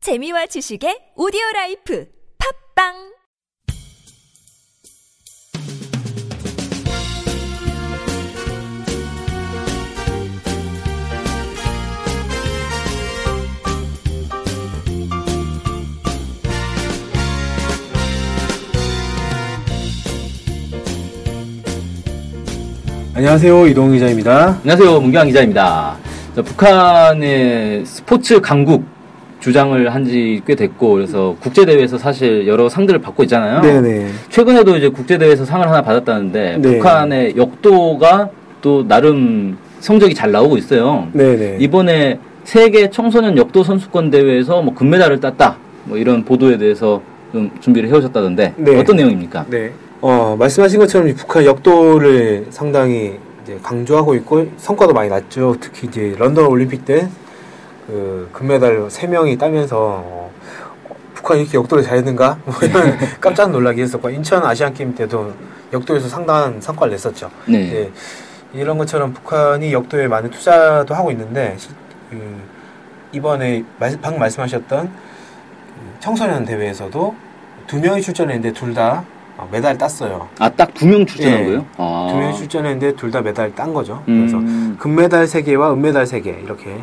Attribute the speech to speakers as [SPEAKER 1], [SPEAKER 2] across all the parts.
[SPEAKER 1] 재미와 지식의 오디오 라이프 팝빵
[SPEAKER 2] 안녕하세요 이동 기자입니다.
[SPEAKER 3] 안녕하세요. 문경환 기자입니다. 자, 북한의 스포츠 강국 주장을 한 지 꽤 됐고, 그래서 국제대회에서 사실 여러 상들을 받고 있잖아요.
[SPEAKER 2] 네네.
[SPEAKER 3] 최근에도 이제 국제대회에서 상을 하나 받았다는데,
[SPEAKER 2] 네.
[SPEAKER 3] 북한의 역도가 또 나름 성적이 잘 나오고 있어요.
[SPEAKER 2] 네네.
[SPEAKER 3] 이번에 세계 청소년 역도 선수권 대회에서 뭐 금메달을 땄다. 뭐 이런 보도에 대해서 좀 준비를 해오셨다던데,
[SPEAKER 2] 네.
[SPEAKER 3] 어떤 내용입니까?
[SPEAKER 2] 네. 어 말씀하신 것처럼 이제 북한 역도를 상당히 이제 강조하고 있고 성과도 많이 났죠. 특히 이제 런던 올림픽 때 그 금메달 3 명이 따면서 어, 북한 이렇게 역도를 잘했는가 뭐 이런 깜짝 놀라게 했었고 인천 아시안 게임 때도 역도에서 상당한 성과를 냈었죠.
[SPEAKER 3] 네.
[SPEAKER 2] 예, 이런 것처럼 북한이 역도에 많은 투자도 하고 있는데 시- 그, 이번에 말- 방금 말씀하셨던 그 청소년 대회에서도 두 명이 출전했는데 둘 다 메달 땄어요.
[SPEAKER 3] 아, 딱 두 명 출전한
[SPEAKER 2] 예.
[SPEAKER 3] 거예요? 아.
[SPEAKER 2] 두 명이 출전했는데 둘 다 메달 딴 거죠. 그래서
[SPEAKER 3] 음.
[SPEAKER 2] 금메달 세 개와 은메달 세 개 이렇게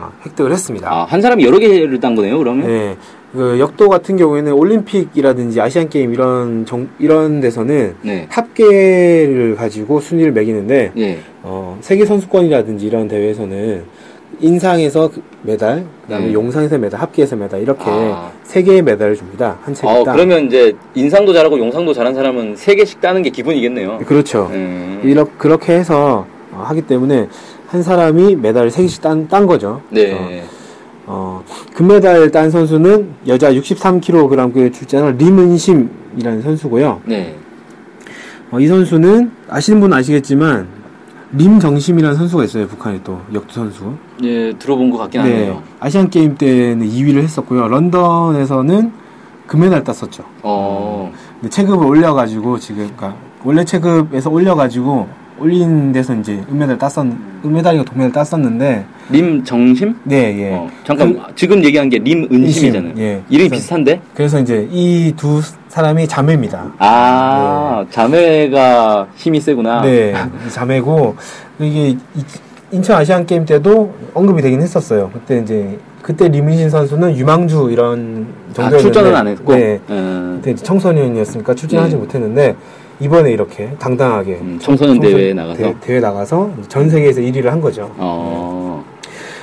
[SPEAKER 2] 어, 획득을 했습니다.
[SPEAKER 3] 아, 한 사람이 여러 개를 딴 거네요, 그러면?
[SPEAKER 2] 네. 그 역도 같은 경우에는 올림픽이라든지 아시안 게임 이런 종- 이런 데서는
[SPEAKER 3] 네.
[SPEAKER 2] 합계를 가지고 순위를 매기는데
[SPEAKER 3] 예.
[SPEAKER 2] 어, 세계 선수권이라든지 이런 대회에서는 인상에서 그 메달, 그다음에
[SPEAKER 3] 네.
[SPEAKER 2] 용상에서 메달, 합계에서 메달 이렇게
[SPEAKER 3] 아.
[SPEAKER 2] 세 개의 메달을 줍니다. 한 책당.
[SPEAKER 3] 어, 그러면 이제 인상도 잘하고 용상도 잘한 사람은 세 개씩 따는 게 기본이겠네요.
[SPEAKER 2] 그렇죠.
[SPEAKER 3] 음.
[SPEAKER 2] 이렇 그렇게 해서 어, 하기 때문에 한 사람이 메달을 세 개씩 딴, 딴 거죠.
[SPEAKER 3] 네.
[SPEAKER 2] 어, 금메달 딴 선수는 여자 63kg급에 출전한 림은심이라는 선수고요.
[SPEAKER 3] 네.
[SPEAKER 2] 어, 이 선수는 아시는 분은 아시겠지만 림정심이라는 선수가 있어요. 북한에 또 역도 선수.
[SPEAKER 3] 예, 들어본 것 같긴 하네요.
[SPEAKER 2] 아시안 게임 때는 2위를 했었고요. 런던에서는 금메달 땄었죠.
[SPEAKER 3] 어,
[SPEAKER 2] 근데 체급을 올려가지고 지금 그러니까 원래 체급에서 올려가지고 올린 데서 이제 은메달 땄었 은메달이고 동메달 땄었는데
[SPEAKER 3] 림 정심?
[SPEAKER 2] 네 예.
[SPEAKER 3] 어, 잠깐, 지금 얘기한 게 림 은심이잖아요.
[SPEAKER 2] 은심, 예.
[SPEAKER 3] 이름이
[SPEAKER 2] 그래서-
[SPEAKER 3] 비슷한데?
[SPEAKER 2] 그래서 이제 이 두 사람이 자매입니다.
[SPEAKER 3] 아, 자매가 힘이 세구나. 아,
[SPEAKER 2] 네 자매고 이게 이- 인천 아시안 게임 때도 언급이 되긴 했었어요. 그때 이제 그때 리민신 선수는 유망주 이런
[SPEAKER 3] 아,
[SPEAKER 2] 정도였는데
[SPEAKER 3] 출전은 안 했고.
[SPEAKER 2] 네.
[SPEAKER 3] 음,
[SPEAKER 2] 그때 이제 청소년이었으니까 출전하지
[SPEAKER 3] 네.
[SPEAKER 2] 못했는데 이번에 이렇게 당당하게
[SPEAKER 3] 음, 청소년 대회에 나가서.
[SPEAKER 2] 대, 대회 나가서 전 세계에서 1위를 한 거죠.
[SPEAKER 3] 어,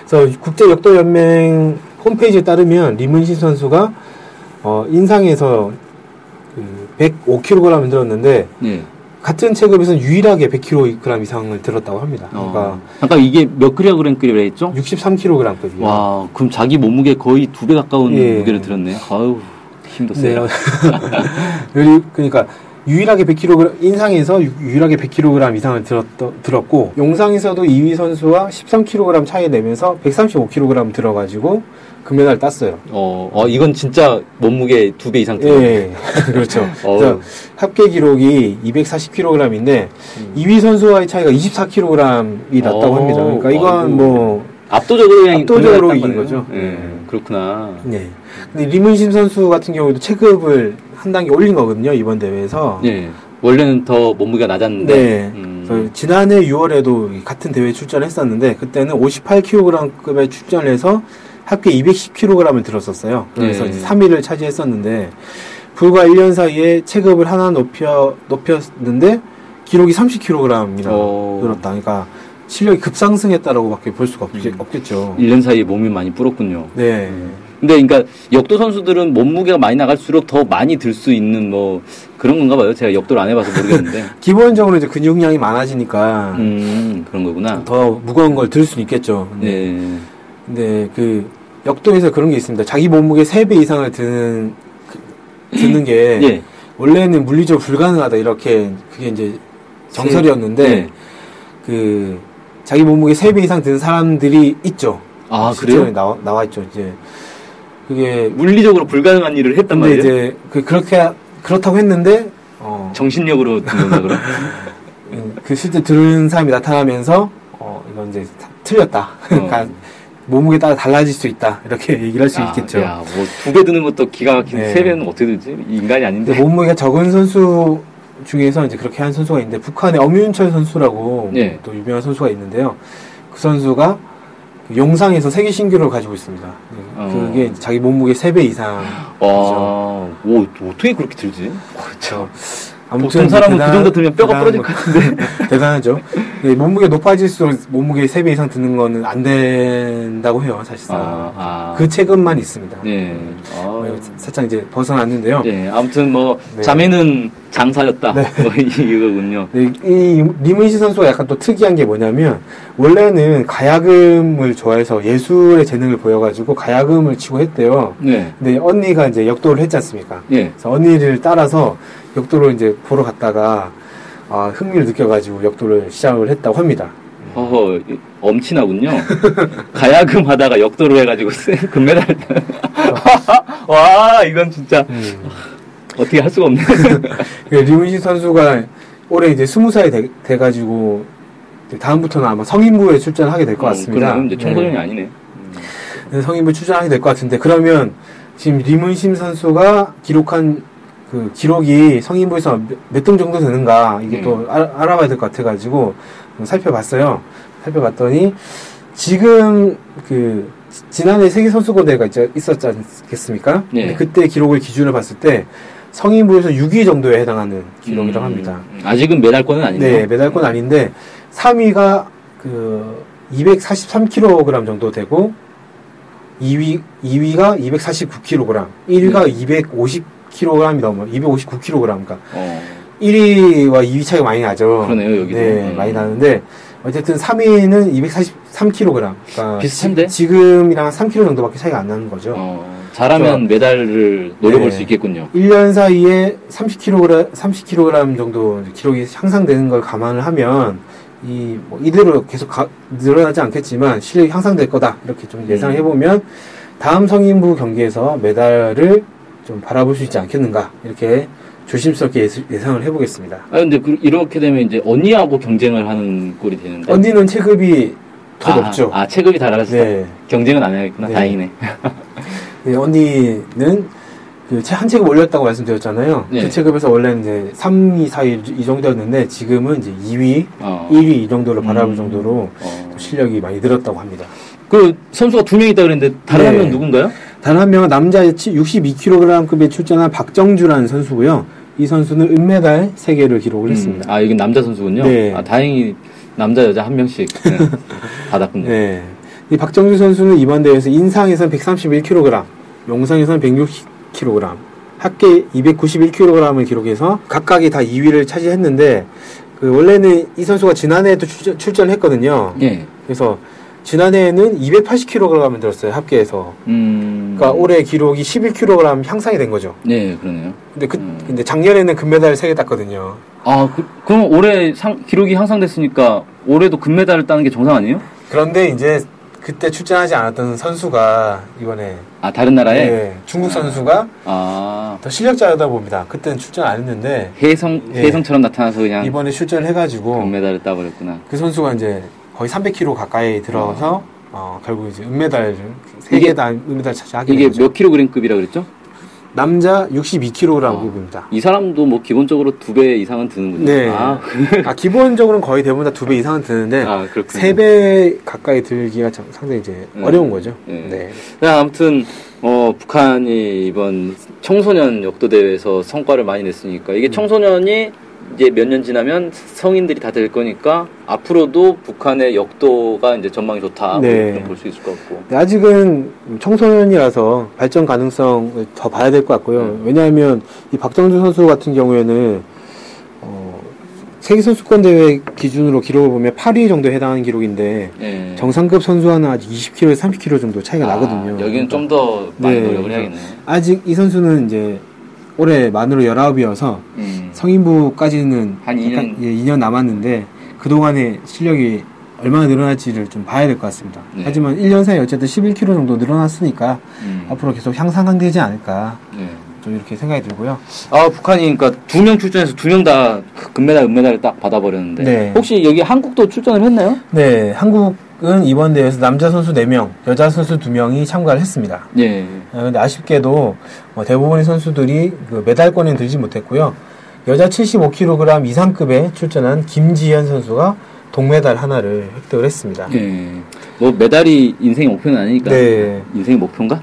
[SPEAKER 2] 그래서 국제 역도 연맹 홈페이지에 따르면 리문신 선수가 어, 인상에서 그 105kg 들었는데
[SPEAKER 3] 네.
[SPEAKER 2] 같은 체급에서는 유일하게 100kg 이상을 들었다고 합니다.
[SPEAKER 3] 어.
[SPEAKER 2] 그러니까
[SPEAKER 3] 잠깐, 이게 몇 그램급이라 했죠?
[SPEAKER 2] 63kg급이요.
[SPEAKER 3] 와, 그럼 자기 몸무게 거의 두 배 가까운
[SPEAKER 2] 예.
[SPEAKER 3] 무게를 들었네. 아유, 힘도
[SPEAKER 2] 네.
[SPEAKER 3] 세요.
[SPEAKER 2] 유리- 그러니까 유일하게 100kg 인상에서 유- 유일하게 100kg 이상을 들었, 들었고 용상에서도 2위 선수와 13kg 차이 내면서 135kg 들어가지고 금메달 땄어요.
[SPEAKER 3] 어, 어, 이건 진짜 몸무게 두 배 이상 들었네.
[SPEAKER 2] 예, 그렇죠.
[SPEAKER 3] 어우.
[SPEAKER 2] 그래서 합계 기록이 240kg인데 2위 선수와의 차이가 24kg이 났다고
[SPEAKER 3] 음. 어,
[SPEAKER 2] 합니다. 그러니까 이건
[SPEAKER 3] 아이고.
[SPEAKER 2] 뭐
[SPEAKER 3] 압도적으로 그냥
[SPEAKER 2] 압도적으로
[SPEAKER 3] 금메달 딴
[SPEAKER 2] 이긴
[SPEAKER 3] 거네요.
[SPEAKER 2] 거죠.
[SPEAKER 3] 예,
[SPEAKER 2] 음.
[SPEAKER 3] 그렇구나.
[SPEAKER 2] 네. 근데 리문심 선수 같은 경우에도 체급을 한 단계 올린 거거든요 이번 대회에서.
[SPEAKER 3] 예. 원래는 더 몸무게가 낮았는데.
[SPEAKER 2] 네.
[SPEAKER 3] 음.
[SPEAKER 2] 그래서 지난해 6월에도 같은 대회에 출전했었는데 그때는 58kg급에 출전을 해서 합계 210kg을 들었었어요. 그래서
[SPEAKER 3] 네.
[SPEAKER 2] 이제 3위를 차지했었는데 불과 1년 사이에 체급을 하나 높여 높였는데 기록이 30kg이나
[SPEAKER 3] 오.
[SPEAKER 2] 늘었다. 그러니까 실력이 급상승했다라고밖에 볼 수가 없,
[SPEAKER 3] 음.
[SPEAKER 2] 없겠죠.
[SPEAKER 3] 1년 사이에 몸이 많이 불었군요.
[SPEAKER 2] 네.
[SPEAKER 3] 근데 그러니까 역도 선수들은 몸무게가 많이 나갈수록 더 많이 들 수 있는 뭐 그런 건가 봐요. 제가 역도를 안 해봐서 모르겠는데.
[SPEAKER 2] 기본적으로 이제 근육량이 많아지니까
[SPEAKER 3] 음, 그런 거구나.
[SPEAKER 2] 더 무거운 걸 들 수는 있겠죠. 근데
[SPEAKER 3] 네.
[SPEAKER 2] 근데 그 역도에서 그런 게 있습니다. 자기 몸무게 3배 이상을 드는 그- 드는 게
[SPEAKER 3] 예.
[SPEAKER 2] 원래는 물리적으로 불가능하다 이렇게 그게 이제 정설이었는데
[SPEAKER 3] 네.
[SPEAKER 2] 그 자기 몸무게 3배 이상 드는 사람들이 있죠.
[SPEAKER 3] 아,
[SPEAKER 2] 실제로
[SPEAKER 3] 그래요?
[SPEAKER 2] 나와 나와 있죠. 이제 그게
[SPEAKER 3] 물리적으로 불가능한 일을 했단
[SPEAKER 2] 근데
[SPEAKER 3] 말이에요.
[SPEAKER 2] 이제 그 그렇게 그렇다고 했는데 어, 음,
[SPEAKER 3] 정신력으로 든 건가 그럼? 어.
[SPEAKER 2] 그 실제 들은 사람이 나타나면서 어 이건 이제 다- 틀렸다. 그러니까 몸무게 따라 달라질 수 있다 이렇게 얘기를 할 수 있겠죠.
[SPEAKER 3] 아, 야, 뭐두 배 드는 것도 기가 막힌
[SPEAKER 2] 네.
[SPEAKER 3] 데세 배는 어떻게 되지? 인간이 아닌데.
[SPEAKER 2] 근데 몸무게가 적은 선수 중에서 이제 그렇게 한 선수가 있는데 북한의 엄윤철 선수라고
[SPEAKER 3] 예.
[SPEAKER 2] 또 유명한 선수가 있는데요. 그 선수가 그 용상에서 세계 신기록을 가지고 있습니다. 네,
[SPEAKER 3] 어.
[SPEAKER 2] 그게 이제 자기 몸무게 3배 이상.
[SPEAKER 3] 와, 오,
[SPEAKER 2] 그렇죠.
[SPEAKER 3] 어떻게 그렇게 들지? 그렇죠. 보통
[SPEAKER 2] 어, 아무튼
[SPEAKER 3] 사람은
[SPEAKER 2] 대단-
[SPEAKER 3] 그 정도 들면 뼈가
[SPEAKER 2] 대단한
[SPEAKER 3] 부러질
[SPEAKER 2] 거-
[SPEAKER 3] 것 같은데.
[SPEAKER 2] 대단하죠. 네, 몸무게 높아질수록 몸무게 3배 이상 드는 거는 안 된다고 해요, 사실상.
[SPEAKER 3] 아,
[SPEAKER 2] 그 책임만 있습니다.
[SPEAKER 3] 네.
[SPEAKER 2] 어,
[SPEAKER 3] 아,
[SPEAKER 2] 살짝 이제 벗어났는데요.
[SPEAKER 3] 네. 아무튼 뭐
[SPEAKER 2] 네.
[SPEAKER 3] 자매는 장사였다. 뭐 이거군요.
[SPEAKER 2] 네, 이 리문시 선수가 약간 또 특이한 게 뭐냐면 원래는 가야금을 좋아해서 예술의 재능을 보여가지고 가야금을 치고 했대요.
[SPEAKER 3] 네.
[SPEAKER 2] 근데 언니가 이제 역도를 했지 않습니까?
[SPEAKER 3] 예.
[SPEAKER 2] 그래서 언니를 따라서 역도를 이제 보러 갔다가 아, 흥미를 느껴가지고 역도를 시작을 했다고 합니다.
[SPEAKER 3] 허허, 이- 엄친하군요. 가야금 하다가 역도로 해가지고 금메달. 와, 이건 진짜 어떻게 할 수가 없네.
[SPEAKER 2] 그 리문시 선수가 올해 이제 스무 살이 돼- 돼가지고 이제 다음부터는 아마 성인부에 출전하게 될 것 같습니다.
[SPEAKER 3] 음, 그러면 이제 청소년이
[SPEAKER 2] 네.
[SPEAKER 3] 아니네. 음.
[SPEAKER 2] 네, 성인부 출전하게 될 것 같은데 그러면 지금 리문심 선수가 기록한 그 기록이 성인부에서 몇 등 정도 되는가 이게
[SPEAKER 3] 음.
[SPEAKER 2] 또 알, 아봐야 될 것 같아가지고 살펴봤어요. 살펴봤더니 지금 그 지- 지난해 세계 선수권 대회가 있- 있었지 않겠습니까?
[SPEAKER 3] 네.
[SPEAKER 2] 근데 그때 기록을 기준으로 봤을 때 성인부에서 6위 정도에 해당하는 기록이라고
[SPEAKER 3] 음,
[SPEAKER 2] 합니다.
[SPEAKER 3] 아직은 메달권은 아닌데.
[SPEAKER 2] 네, 메달권 아닌데 3위가 그 243kg 정도 되고 2위 2위가 249kg,
[SPEAKER 3] 네.
[SPEAKER 2] 1위가 250kg이 넘어. 259kg 그러니까
[SPEAKER 3] 어,
[SPEAKER 2] 1위와 2위 차이가 많이 나죠.
[SPEAKER 3] 그러네요, 여기도.
[SPEAKER 2] 네,
[SPEAKER 3] 음.
[SPEAKER 2] 많이 나는데 어쨌든 3위는 243kg. 그러니까
[SPEAKER 3] 비슷한데?
[SPEAKER 2] 지, 금이랑 3kg 정도밖에 차이가 안 나는 거죠.
[SPEAKER 3] 어, 잘하면 메달을
[SPEAKER 2] 그렇죠.
[SPEAKER 3] 노려볼
[SPEAKER 2] 네.
[SPEAKER 3] 수 있겠군요.
[SPEAKER 2] 1년 사이에 30kg, 30kg 정도 기록이 향상되는 걸 감안을 하면 이 뭐 이대로 계속 가- 늘어나지 않겠지만 실력이 향상될 거다 이렇게
[SPEAKER 3] 음.
[SPEAKER 2] 좀 예상해 보면 다음 성인부 경기에서 메달을 좀 바라볼 수 있지 않겠는가 이렇게 조심스럽게 예스- 예상을 해보겠습니다.
[SPEAKER 3] 아, 근데 그, 이렇게 되면 이제 언니하고 경쟁을 하는 꼴이 되는데.
[SPEAKER 2] 언니는 체급이 더
[SPEAKER 3] 네. 아,
[SPEAKER 2] 높죠.
[SPEAKER 3] 아, 체급이 달라서
[SPEAKER 2] 네.
[SPEAKER 3] 경쟁은 안 해야겠구나.
[SPEAKER 2] 네.
[SPEAKER 3] 다행이네.
[SPEAKER 2] 네, 언니는 그 체- 한 체급 올렸다고 말씀드렸잖아요.
[SPEAKER 3] 네.
[SPEAKER 2] 그 체급에서 원래는 이제 3위, 4위 이 정도였는데 지금은 이제 2위,
[SPEAKER 3] 어.
[SPEAKER 2] 1위 이 정도로 바라볼
[SPEAKER 3] 음.
[SPEAKER 2] 정도로
[SPEAKER 3] 어.
[SPEAKER 2] 실력이 많이 늘었다고 합니다.
[SPEAKER 3] 그 선수가 두 명 있다 그랬는데 다른
[SPEAKER 2] 네.
[SPEAKER 3] 한 명 누군가요?
[SPEAKER 2] 단 한 명은 남자 62kg급에 출전한 박정주라는 선수고요. 이 선수는 은메달 3개를 기록을 했습니다.
[SPEAKER 3] 아, 이건 남자 선수군요.
[SPEAKER 2] 네.
[SPEAKER 3] 아, 다행히 남자 여자 한 명씩 네, 받았군요.
[SPEAKER 2] 네. 이 박정주 선수는 이번 대회에서 인상에선 131kg, 영상에선 160kg, 합계 291kg을 기록해서 각각이 다 2위를 차지했는데 그 원래는 이 선수가 지난해에도 출전, 출전했거든요.
[SPEAKER 3] 예.
[SPEAKER 2] 그래서 지난해에는 280kg을 들었어요 합계에서.
[SPEAKER 3] 음.
[SPEAKER 2] 그러니까 올해 기록이 11kg 향상이 된 거죠.
[SPEAKER 3] 네, 그러네요.
[SPEAKER 2] 근데 그
[SPEAKER 3] 음.
[SPEAKER 2] 근데 작년에는 금메달을 3개 땄거든요.
[SPEAKER 3] 아, 그, 그럼 올해 상, 기록이 향상됐으니까 올해도 금메달을 따는 게 정상 아니에요?
[SPEAKER 2] 그런데 이제 그때 출전하지 않았던 선수가 이번에
[SPEAKER 3] 아, 다른 나라에?
[SPEAKER 2] 예, 중국 선수가
[SPEAKER 3] 아,
[SPEAKER 2] 더 실력자다 봅니다. 그때는 출전 안 했는데
[SPEAKER 3] 혜성,
[SPEAKER 2] 예.
[SPEAKER 3] 혜성처럼 나타나서 그냥
[SPEAKER 2] 이번에 출전을 해가지고
[SPEAKER 3] 금메달을 따버렸구나.
[SPEAKER 2] 그 선수가 이제 거의 300kg 가까이 들어서 어, 결국 이제 은메달
[SPEAKER 3] 음. 이게-
[SPEAKER 2] 3개 다 은메달 차지하게 된
[SPEAKER 3] 이게
[SPEAKER 2] 거죠.
[SPEAKER 3] 몇 킬로그램급이라 그랬죠?
[SPEAKER 2] 남자
[SPEAKER 3] 어.
[SPEAKER 2] 62kg급입니다.
[SPEAKER 3] 이 사람도 뭐 기본적으로 두 배 이상은 드는군요.
[SPEAKER 2] 네.
[SPEAKER 3] 아,
[SPEAKER 2] 아, 기본적으로는 거의 대부분 다 두 배 이상은 드는데
[SPEAKER 3] 아, 그렇군요.
[SPEAKER 2] 세 배 가까이 들기가 참- 상당히 이제
[SPEAKER 3] 음.
[SPEAKER 2] 어려운 거죠.
[SPEAKER 3] 네.
[SPEAKER 2] 네.
[SPEAKER 3] 자, 아무튼 어, 북한이 이번 청소년 역도 대회에서 성과를 많이 냈으니까
[SPEAKER 2] 음.
[SPEAKER 3] 이게 청소년이 이제 몇 년 지나면 성인들이 다 될 거니까 앞으로도 북한의 역도가 이제 전망이 좋다
[SPEAKER 2] 네.
[SPEAKER 3] 볼 수 있을 것 같고
[SPEAKER 2] 근데 아직은 청소년이라서 발전 가능성을 더 봐야 될 것 같고요.
[SPEAKER 3] 음.
[SPEAKER 2] 왜냐하면 이 박정준 선수 같은 경우에는 어, 세계 선수권 대회 기준으로 기록을 보면 8위 정도에 해당하는 기록인데
[SPEAKER 3] 예.
[SPEAKER 2] 정상급 선수와는 아직 20kg, 30kg 정도 차이가 나거든요.
[SPEAKER 3] 아,
[SPEAKER 2] 그러니까
[SPEAKER 3] 여기는 좀 더 많이
[SPEAKER 2] 네.
[SPEAKER 3] 노력을 해야겠네요.
[SPEAKER 2] 아직 이 선수는 이제 올해 만으로 19이어서
[SPEAKER 3] 음.
[SPEAKER 2] 성인부까지는
[SPEAKER 3] 한 2년.
[SPEAKER 2] 약간, 예, 2년 남았는데 그동안의 실력이 얼마나 늘어날지를 좀 봐야 될 것 같습니다.
[SPEAKER 3] 네.
[SPEAKER 2] 하지만 1년 사이에 어쨌든 11kg 정도 늘어났으니까
[SPEAKER 3] 음.
[SPEAKER 2] 앞으로 계속 향상되지 않을까
[SPEAKER 3] 예.
[SPEAKER 2] 좀 이렇게 생각이 들고요.
[SPEAKER 3] 아 북한이 그러니까 두 명 출전해서 두 명 다 금메달, 은메달을 딱 받아버렸는데
[SPEAKER 2] 네.
[SPEAKER 3] 혹시 여기 한국도 출전을 했나요?
[SPEAKER 2] 네, 한국 은 이번 대회에서 남자 선수 4명, 여자 선수 2명이 참가를 했습니다.
[SPEAKER 3] 예.
[SPEAKER 2] 아, 근데 아쉽게도 어, 대부분의 선수들이 그 메달권에 들지 못했고요. 여자 75kg 이상급에 출전한 김지현 선수가 동메달 하나를 획득을 했습니다.
[SPEAKER 3] 예. 뭐 메달이 인생의 목표는 아니니까.
[SPEAKER 2] 네.
[SPEAKER 3] 인생의 목표인가?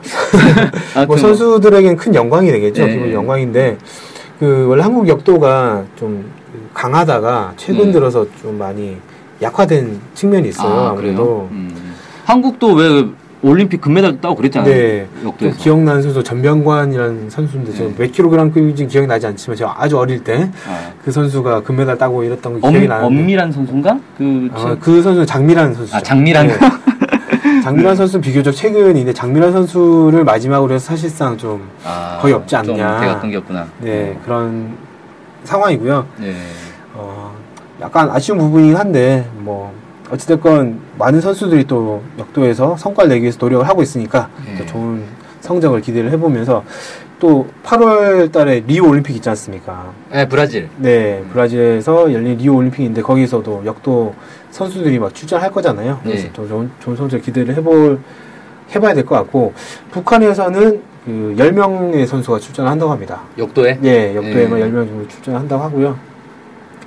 [SPEAKER 3] 아무튼
[SPEAKER 2] 뭐 선수들에겐 큰 영광이 되겠죠.
[SPEAKER 3] 네.
[SPEAKER 2] 기본 영광인데 그 원래 한국 역도가 좀 강하다가 최근
[SPEAKER 3] 음.
[SPEAKER 2] 들어서 좀 많이 약화된 측면이 있어요.
[SPEAKER 3] 아,
[SPEAKER 2] 아, 무래
[SPEAKER 3] 그래요?
[SPEAKER 2] 도
[SPEAKER 3] 음. 한국도 왜 올림픽 금메달도 따고 그랬잖아요.
[SPEAKER 2] 네. 좀
[SPEAKER 3] 역도에서.
[SPEAKER 2] 기억나는 선수 전병관이라는 선수인데
[SPEAKER 3] 네.
[SPEAKER 2] 저몇 킬로그램급인지 기억이 나지 않지만 제가 아주 어릴 때 그
[SPEAKER 3] 아.
[SPEAKER 2] 선수가 금메달 따고 이랬던 게
[SPEAKER 3] 엄,
[SPEAKER 2] 기억이 나는데
[SPEAKER 3] 엄밀한 선수인가? 그,
[SPEAKER 2] 아, 그 선수는 장미란 선수죠. 네.
[SPEAKER 3] 아, 장미란?
[SPEAKER 2] 장미란 선수는 비교적 최근인데 장미란 선수를 마지막으로 해서 사실상 좀
[SPEAKER 3] 아,
[SPEAKER 2] 거의 없지
[SPEAKER 3] 좀
[SPEAKER 2] 않냐.
[SPEAKER 3] 대갔던 게 없구나.
[SPEAKER 2] 네, 그런 상황이고요.
[SPEAKER 3] 네.
[SPEAKER 2] 어, 약간 아쉬운 부분이긴 한데 뭐 어찌됐건 많은 선수들이 또 역도에서 성과를 내기 위해서 노력을 하고 있으니까
[SPEAKER 3] 예.
[SPEAKER 2] 또 좋은 성적을 기대를 해보면서 또 8월 달에 리오 올림픽 있지 않습니까?
[SPEAKER 3] 네, 브라질.
[SPEAKER 2] 네, 브라질에서 열린 리오 올림픽인데 거기서도 역도 선수들이 막 출전할 거잖아요. 그래서
[SPEAKER 3] 네.
[SPEAKER 2] 또 좋은, 좋은 성적 기대를 해볼 해봐야 될 것 같고 북한에서는 그 10명의 선수가 출전한다고 합니다.
[SPEAKER 3] 역도에?
[SPEAKER 2] 예, 역도에만
[SPEAKER 3] 예.
[SPEAKER 2] 10명 정도 출전한다고 하고요.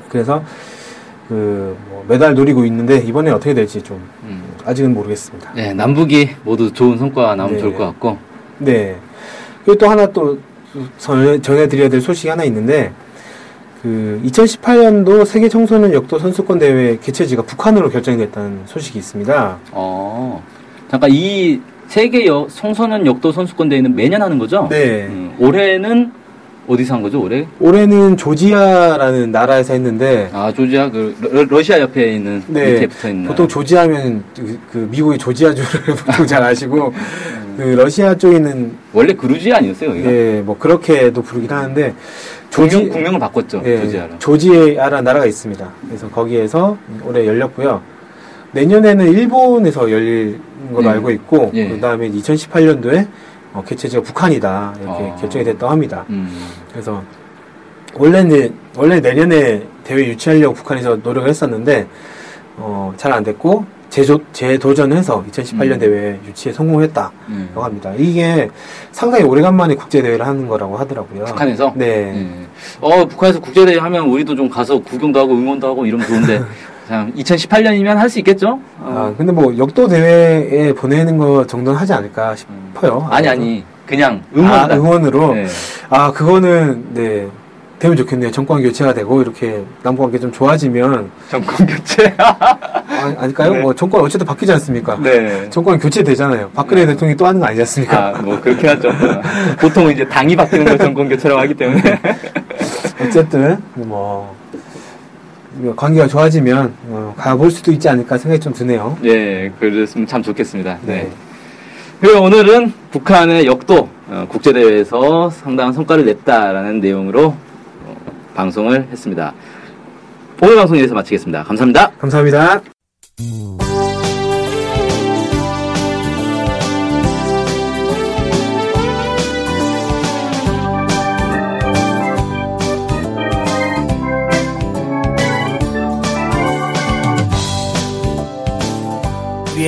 [SPEAKER 2] 그래서 그뭐 메달 노리고 있는데 이번에 어떻게 될지 좀
[SPEAKER 3] 음.
[SPEAKER 2] 아직은 모르겠습니다.
[SPEAKER 3] 네, 남북이 모두 좋은 성과 나오면
[SPEAKER 2] 네.
[SPEAKER 3] 좋을 것 같고.
[SPEAKER 2] 네. 그리고 또 하나 또 전해, 전해드려야 될 소식이 하나 있는데 그 2018년도 세계 청소년 역도 선수권 대회 개최지가 북한으로 결정이 됐다는 소식이 있습니다.
[SPEAKER 3] 어. 잠깐, 이 세계 여, 청소년 역도 선수권 대회는 매년 하는 거죠?
[SPEAKER 2] 네.
[SPEAKER 3] 음, 올해는 어디서 한 거죠, 올해?
[SPEAKER 2] 올해는 조지아라는 나라에서 했는데
[SPEAKER 3] 아, 조지아, 그, 러, 러시아 옆에 있는,
[SPEAKER 2] 네.
[SPEAKER 3] 밑에 붙어 있는.
[SPEAKER 2] 보통 조지아면 그, 그 미국의 조지아주를 보통 잘 아시고 그 러시아 쪽에는
[SPEAKER 3] 원래 음. 그루지아 아니었어요, 여기가?
[SPEAKER 2] 예, 뭐 그렇게도 부르긴 하는데 예,
[SPEAKER 3] 국명, 국명을 바꿨죠, 조지아로.
[SPEAKER 2] 네. 조지아라는 나라가 있습니다. 그래서 거기에서 올해 열렸고요. 내년에는 일본에서 열릴 걸로
[SPEAKER 3] 네.
[SPEAKER 2] 알고 있고
[SPEAKER 3] 예.
[SPEAKER 2] 그다음에 2018년도에 어, 개최지가 북한이다 이렇게
[SPEAKER 3] 아.
[SPEAKER 2] 결정이 됐다고 합니다.
[SPEAKER 3] 음.
[SPEAKER 2] 그래서 원래 이제 원래 내년에 대회 유치하려고 북한에서 노력을 했었는데 어, 잘 안 됐고 재조, 재도전해서 2018년
[SPEAKER 3] 음.
[SPEAKER 2] 대회 유치에 성공했다고
[SPEAKER 3] 음.
[SPEAKER 2] 합니다. 이게 상당히 오래간만에 국제 대회를 하는 거라고 하더라고요.
[SPEAKER 3] 북한에서?
[SPEAKER 2] 네.
[SPEAKER 3] 예. 어, 북한에서 국제대회 하면 우리도 좀 가서 구경도 하고 응원도 하고 이러면 좋은데, 참, 2018년이면 할 수 있겠죠? 어.
[SPEAKER 2] 아, 근데 뭐 역도 대회에 보내는 거 정도는 하지 않을까 싶어요.
[SPEAKER 3] 음. 아니, 아니. 그냥
[SPEAKER 2] 응원
[SPEAKER 3] 응원하다.
[SPEAKER 2] 응원으로
[SPEAKER 3] 예.
[SPEAKER 2] 아 그거는 네 되면 좋겠네요. 정권 교체가 되고 이렇게 남북 관계 좀 좋아지면
[SPEAKER 3] 정권 교체.
[SPEAKER 2] 아, 아닐까요?
[SPEAKER 3] 네.
[SPEAKER 2] 뭐 정권 어쨌든 바뀌지 않습니까?
[SPEAKER 3] 네.
[SPEAKER 2] 정권 교체되잖아요. 박근혜 대통령이 또 하는 거 아니지 않습니까?
[SPEAKER 3] 아, 뭐, 그렇게 하죠. 보통은 이제 당이 바뀌는 걸 정권 교체라고 하기 때문에.
[SPEAKER 2] 어쨌든 뭐 이거 관계가 좋아지면 어, 가볼 수도 있지 않을까 생각이 좀 드네요.
[SPEAKER 3] 예, 그랬으면 참 좋겠습니다.
[SPEAKER 2] 네.
[SPEAKER 3] 네. 그리고 오늘은 북한의 역도 어, 국제대회에서 상당한 성과를 냈다라는 내용으로 어, 방송을 했습니다. 오늘 방송 여기서 마치겠습니다. 감사합니다.
[SPEAKER 2] 감사합니다. 우리